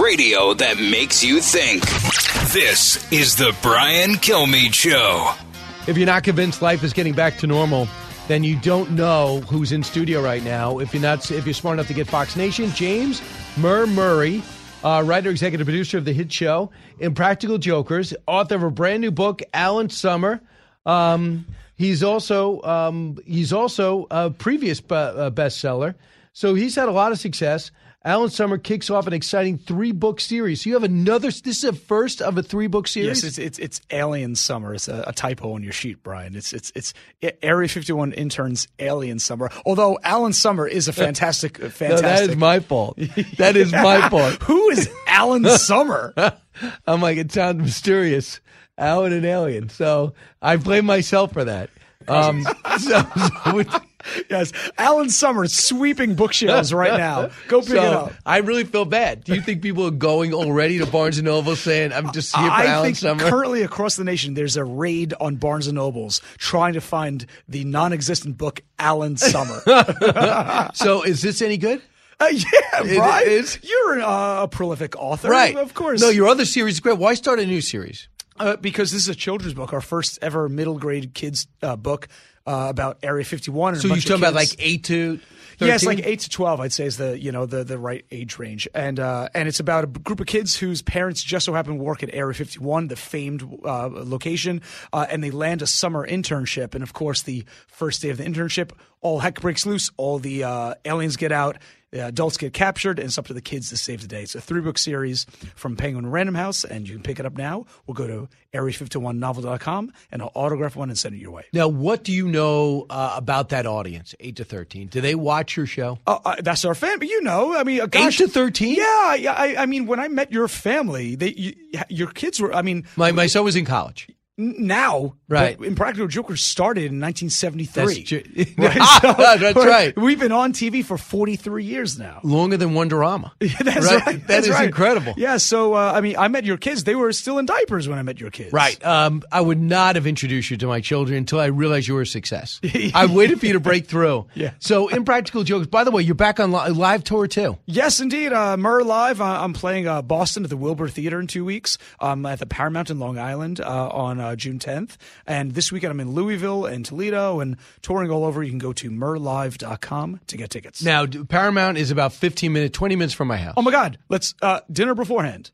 Radio that makes you think. This is the Brian Kilmeade Show. If you're not convinced life is getting back to normal, then you don't know who's in studio right now. If you're not, if you're smart enough to get Fox Nation, James Murr Murray, uh, writer, executive producer of the hit show Impractical Jokers, author of a brand new book, Alan Summer. Um, he's also um, he's also a previous bu- uh, bestseller, so he's had a lot of success. Alan Summer kicks off an exciting three book series. So you have another. This is a first of a three book series. Yes, it's, it's it's Alien Summer. It's a, a typo on your sheet, Brian. It's it's it's A- Area 51 interns Alien Summer. Although Alan Summer is a fantastic, No, fantastic. that is my fault. That is my fault. Who is Alan Summer? I'm like, it sounds mysterious. Alan and Alien. So I blame myself for that. Um, so, so, it- yes, Alan Summer sweeping bookshelves right now. Go pick it so up. I really feel bad. Do you think people are going already to Barnes and Noble saying, I'm just here for I Alan think Summer? currently across the nation there's a raid on Barnes and Nobles trying to find the non-existent book Alan Summer. uh, so is this any good? yeah, Brian, is. you're an, uh, a prolific author, Right. Of course. No, your other series is great. Why start a new series? Uh, because this is a children's book, our first ever middle grade kids uh, book uh, about Area 51. And a So you're bunch talking of about like kids. 8 to 13? Yes, like eight to twelve, I'd say is the you know the the right age range, and uh, and it's about a group of kids whose parents just so happen to work at Area 51, the famed uh, location, uh, and they land a summer internship, and of course the first day of the internship, all heck breaks loose, all the uh, aliens get out, the adults get captured, and it's up to the kids to save the day. It's a three book series from Penguin Random House, and you can pick it up now. We'll go to area51novel.com, and I'll autograph one and send it your way. Now, what do you know uh, about that audience, 8 to 13? Do they watch your show? Uh, uh, that's our family. You know, I mean, uh, Eight gosh, to 13? Yeah, yeah. I, I mean, when I met your family, they, you, your kids were. I mean, My, my son was in college. n- now, Right. but Impractical Jokers started in 1973. That's ju- Ah, that's we're- right. We've been on TV for 43 years now. Longer than one drama. That's Right? right. That that's is right. incredible. Yeah. So, uh, I mean, I met your kids. They were still in diapers when I met your kids. Right. Um, I would not have introduced you to my children until I realized you were a success. I waited for you to break through. Yeah. So, Impractical Jokes, by the way, you're back on li- live tour too. Yes, indeed. Uh, Murr Live. I- I'm playing uh, Boston at the Wilbur Theater in two weeks. Um, at the Paramount in Long Island uh, on uh, June 10th. And this weekend I'm in Louisville and Toledo and touring all over. You can go to murrlive.com to get tickets. Now, d- Paramount is about 15 minutes, 20 minutes from my house. oh my God. Let's uh, dinner beforehand.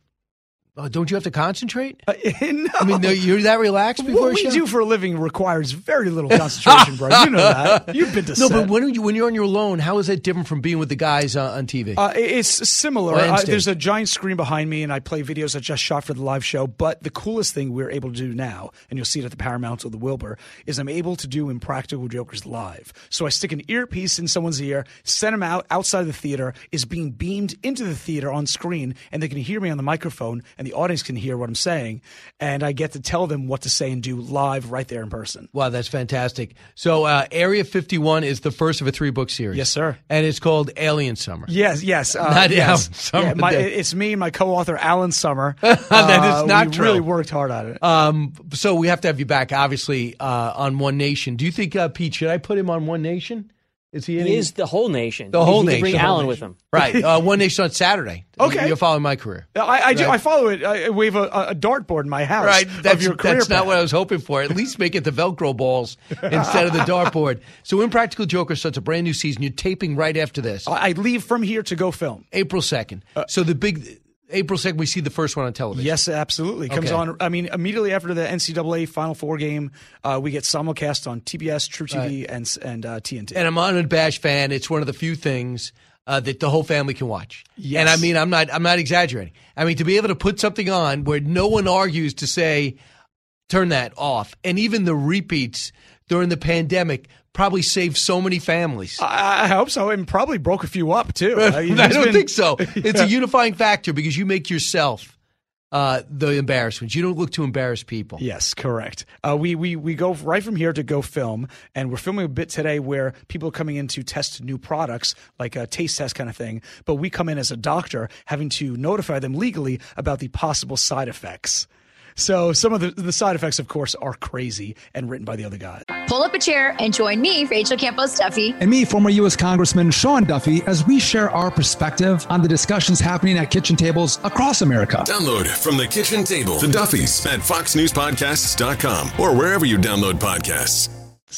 Oh, don't you have to concentrate? Uh, I mean, no, you're that relaxed before what a we show? do for a living requires very little concentration, bro. You know that. You've been to no, set. but when you when you're on your own, how is that different from being with the guys uh, on TV? Uh, it- it's similar. Or end Uh, stage. there's a giant screen behind me, and I play videos I just shot for the live show. But the coolest thing we're able to do now, and you'll see it at the Paramount or the Wilbur, is I'm able to do Impractical Jokers live. So I stick an earpiece in someone's ear, send them out outside the theater, is being beamed into the theater on screen, and they can hear me on the microphone, and the audience can hear what I'm saying, and I get to tell them what to say and do live right there in person. Wow, that's fantastic. So, uh, Area 51 is the first of a three book series. Yes, sir. And it's called Alien Summer. Yes, yes, uh, Not yes. Alan Summer, Yeah, my, that- it's me and my co-author Alan Summer. Uh, That is not we true. Really worked hard on it. Um, so we have to have you back, obviously, uh, on One Nation. Do you think, uh, Pete, should I put him on One Nation? Is he in? He is the whole nation. The whole he nation. Can bring The whole Alan nation. with him. right. Uh, One Nation on Saturday. Okay. You're following my career. I, I do. Right. I follow it. I wave a, a dartboard in my house. That's, of your career that's not path. what I was hoping for. At least make it the Velcro balls instead of the dartboard. So Impractical Joker starts a brand new season. You're taping right after this, I Uh, I leave from here to go film. April 2nd. so the big, April 2nd, we see the first one on television. Yes, absolutely. It Comes Okay. on. I mean, immediately after the NCAA Final Four game, uh, we get simulcast on TBS, True TV, and s- and uh, TNT. and I'm an unabashed fan. It's one of the few things uh, that the whole family can watch. Yes. And I mean, I'm not, I'm not exaggerating. I mean, to be able to put something on where no one argues to say, turn that off, and even the repeats during the pandemic probably saved so many families. I, I hope so, and probably broke a few up too. I mean, don't Uh, it's been- think so. It's a unifying factor because you make yourself uh, the embarrassments. You don't look to embarrass people. Yes, correct. Uh, we, we we go right from here to go film, and we're filming a bit today where people are coming in to test new products, like a taste test kind of thing. But we come in as a doctor, having to notify them legally about the possible side effects. So some of the, the side effects, of course, are crazy and written by the other guys. Pull up a chair and join me, Rachel Campos Duffy. And me, former U.S. Congressman Sean Duffy, as we share our perspective on the discussions happening at kitchen tables across America. Download from the kitchen table to Duffy's at foxnewspodcasts.com or wherever you download podcasts.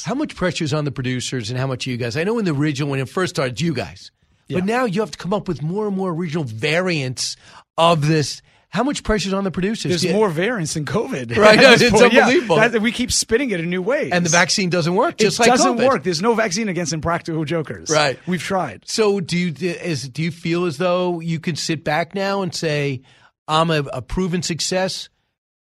How much pressure is on the producers and how much you guys? I know in the original, when it first started, you guys. But now you have to come up with more and more original variants of this. How much pressure is on the producers? There's Yeah. more variants in COVID. Right, at this it's point. Yeah, unbelievable. that- we keep spinning it in new ways. And the vaccine doesn't work. It Just like doesn't COVID. work. There's no vaccine against impractical jokers. Right. We've tried. So do you is, do you feel as though you can sit back now and say, "I'm a, a proven success"?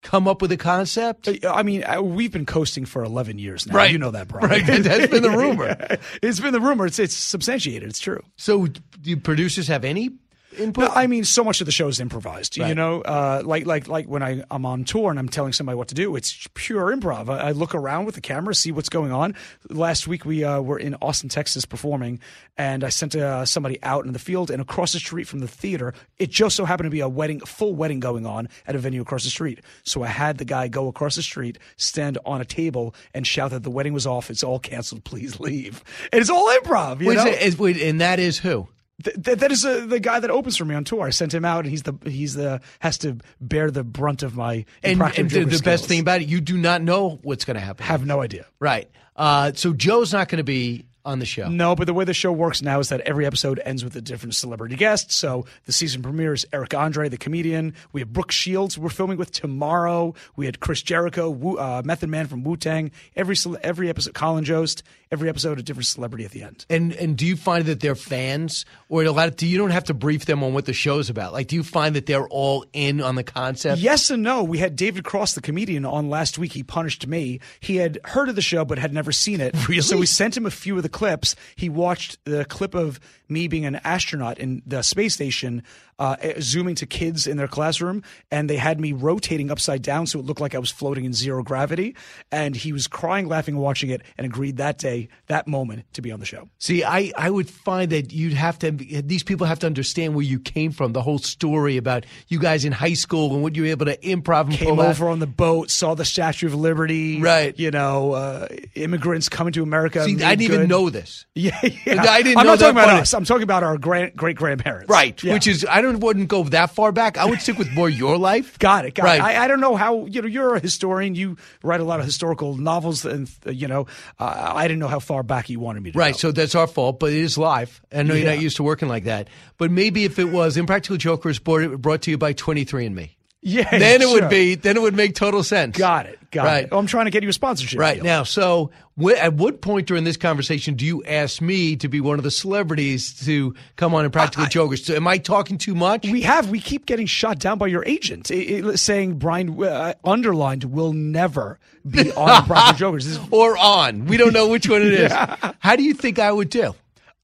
Come up with a concept. I mean, I- we've been coasting for 11 years now. Right. You know that, Brian. Right. That- that's been the rumor. Yeah. It's been the rumor. It's, it's substantiated. It's true. So do producers have any input? No, I mean, so much of the show is improvised. You Right. know, uh, like like like when I, I'm on tour and I'm telling somebody what to do, it's pure improv. I, I look around with the camera, see what's going on. Last week we uh, were in Austin, Texas, performing, and I sent uh, somebody out in the field and across the street from the theater. It just so happened to be a wedding, full wedding going on at a venue across the street. So I had the guy go across the street, stand on a table, and shout that the wedding was off. It's all canceled. Please leave. And it's all improv. You Wait, is know? it- is- wait, and that is who? Th- th- that is uh, the guy that opens for me on tour. I sent him out, and he's the he's the has to bear the brunt of my And, impractical and the, joker the best skills. thing about it, you do not know what's going to happen. have no idea. right. Uh, so Joe's not going to be on the show. No, but the way the show works now is that every episode ends with a different celebrity guest. So the season premiere is Eric Andre, the comedian. We have Brooke Shields. We're filming with tomorrow. We had Chris Jericho, Wu, uh, Method Man from Wu Tang. Every cele- every episode, Colin Jost. Every episode, a different celebrity at the end. And and do you find that they're fans, or a lot of, do you don't have to brief them on what the show's about? Like, do you find that they're all in on the concept? Yes and no. We had David Cross, the comedian, on last week. He punished me. He had heard of the show but had never seen it. Really? So we sent him a few of the clips. He watched the clip of me being an astronaut in the space station, uh, zooming to kids in their classroom, and they had me rotating upside down so it looked like I was floating in zero gravity. And he was crying, laughing, watching it, and agreed that day, that moment, to be on the show. See, I, I would find that you'd have to, these people have to understand where you came from, the whole story about you guys in high school and what you were able to improv and came pull out. over on the boat, saw the Statue of Liberty, Right. You know, uh, immigrants coming to America. See, made I didn't even good. know this. Yeah, yeah. I didn't I'm know that not talking about part. us. I'm talking about our grand, great grandparents. Right. Yeah. Which is, I don't, wouldn't go that far back. I would stick with more your life. got it. Got right. it. I, I don't know how you know. You're a historian. You write a lot of historical novels, and uh, you know, uh, I didn't know how far back you wanted me to. Right, go. so that's our fault, but it is live. I know you're not used to working like that. But maybe if it was Impractical Jokers brought, brought to you by 23andMe, yeah. then it sure. would be, then it would make total sense. Got it. Got Right. it. Oh, I'm trying to get you a sponsorship. Right deal. now, so wh- at what point during this conversation do you ask me to be one of the celebrities to come on in Practical Jokers? So am I talking too much? We have. We keep getting shot down by your agent, i i saying Brian uh, underlined will never be on Proper Jokers. This is or on? We don't know which one it is. How do you think I would do?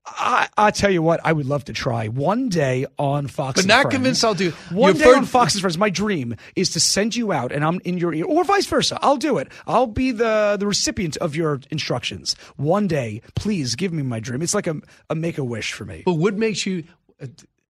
I, I tell you what, I would love to try one day on Fox, But and not Friends. convinced I'll do- one your day third- on Fox and Friends. My dream is to send you out, and I'm in your ear, or vice versa. I'll do it. I'll be the the recipient of your instructions. One day, please give me my dream. It's like a a make a wish for me. But what makes you? uh,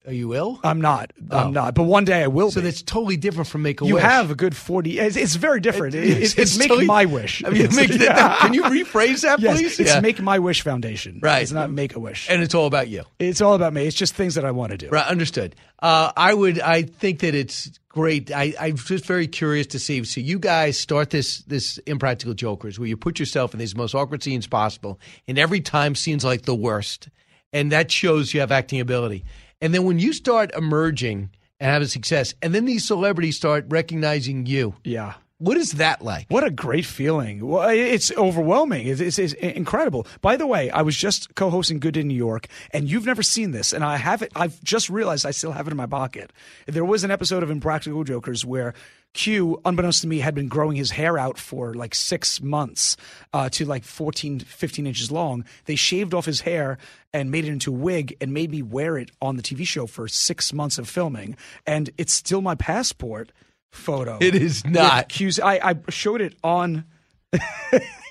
Are you ill? I'm not. I'm not. But one day I will. Oh. So be. that's totally different from Make a you Wish. have a good forty. It's, it's very different. It- it's, it's make totally- my wish. I mean, make that- Can you rephrase that, Yes, please? it's Yeah. Make My Wish Foundation. Right. It's not Make a Wish. and it's all about you. It's all about me. It's just things that I want to do. Right, understood. Uh, I would. I think that it's great. I, I'm just very curious to see. So you guys start this this impractical jokers where you put yourself in these most awkward scenes possible, and every time seems like the worst, and that shows you have acting ability. And then when you start emerging and having success, and then these celebrities start recognizing you, Yeah. what is that like? What a great feeling. Well, It's overwhelming. It's, it's, it's incredible. By the way, I was just co hosting Good Day New York, and you've never seen this, and I have it. I've just realized I still have it in my pocket. There was an episode of Impractical Jokers where Q, unbeknownst to me, had been growing his hair out for like six months uh, to like 14, 15 inches long. They shaved off his hair and made it into a wig and made me wear it on the TV show for six months of filming, and it's still my passport photo. It is with not. Q's. I, I showed it on.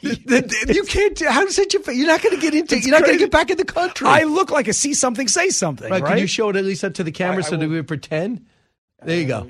you can't. How does it? You're not going to get into. It's you're not going to crazy. get back in the country. I look like a see something, say something. Right, Right? Could you show it at least up to the camera I so that will- Uh, we would pretend? There you go.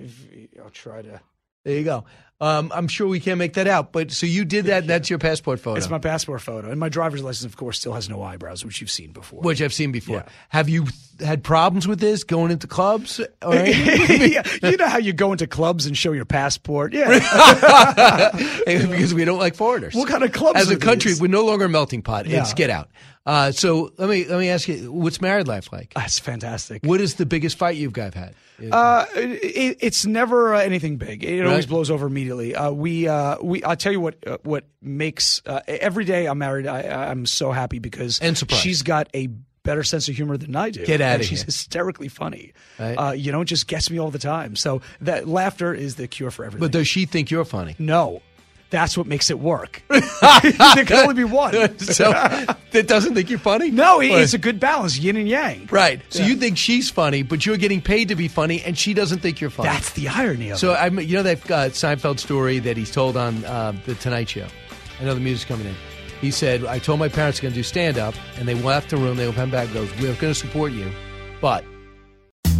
I'll try to. There you go. Um, I'm sure we can't make that out, but so you did that. And that's your passport photo, It's my passport photo, and my driver's license, of course, still has no eyebrows, which you've seen before. which I've seen before. Yeah. Have you had problems with this going into clubs? All right. yeah, you know how you go into clubs and show your passport. Yeah, because we don't like foreigners. What kind of clubs As are a country, these? we're no longer a melting pot. It's No. get out. Uh, so let me let me ask you, what's married life like? that's fantastic. What is the biggest fight you've guys had? Uh, it, it's never uh, anything big. It always Right. blows over immediately. Uh, we uh, we I'll tell you what uh, what makes uh, every day I'm married. I, I'm so happy because And surprised. she's got a better sense of humor than I do. Get outta And She's here. hysterically funny. Right. Uh, you know, just gets me all the time. So that laughter is the cure for everything. but does she think you're funny? no, that's what makes it work. there can only be one. so that doesn't think you're funny? No, it, Or- it's a good balance, yin and yang. right. So you think she's funny, but you're getting paid to be funny, and she doesn't think you're funny. That's the irony of so it. I, am you know that uh, Seinfeld story that he's told on uh, the Tonight Show. I know the music's coming in. He said, "I told my parents going to do stand up, and they left the room. They come back, and goes, we're going to support you, but."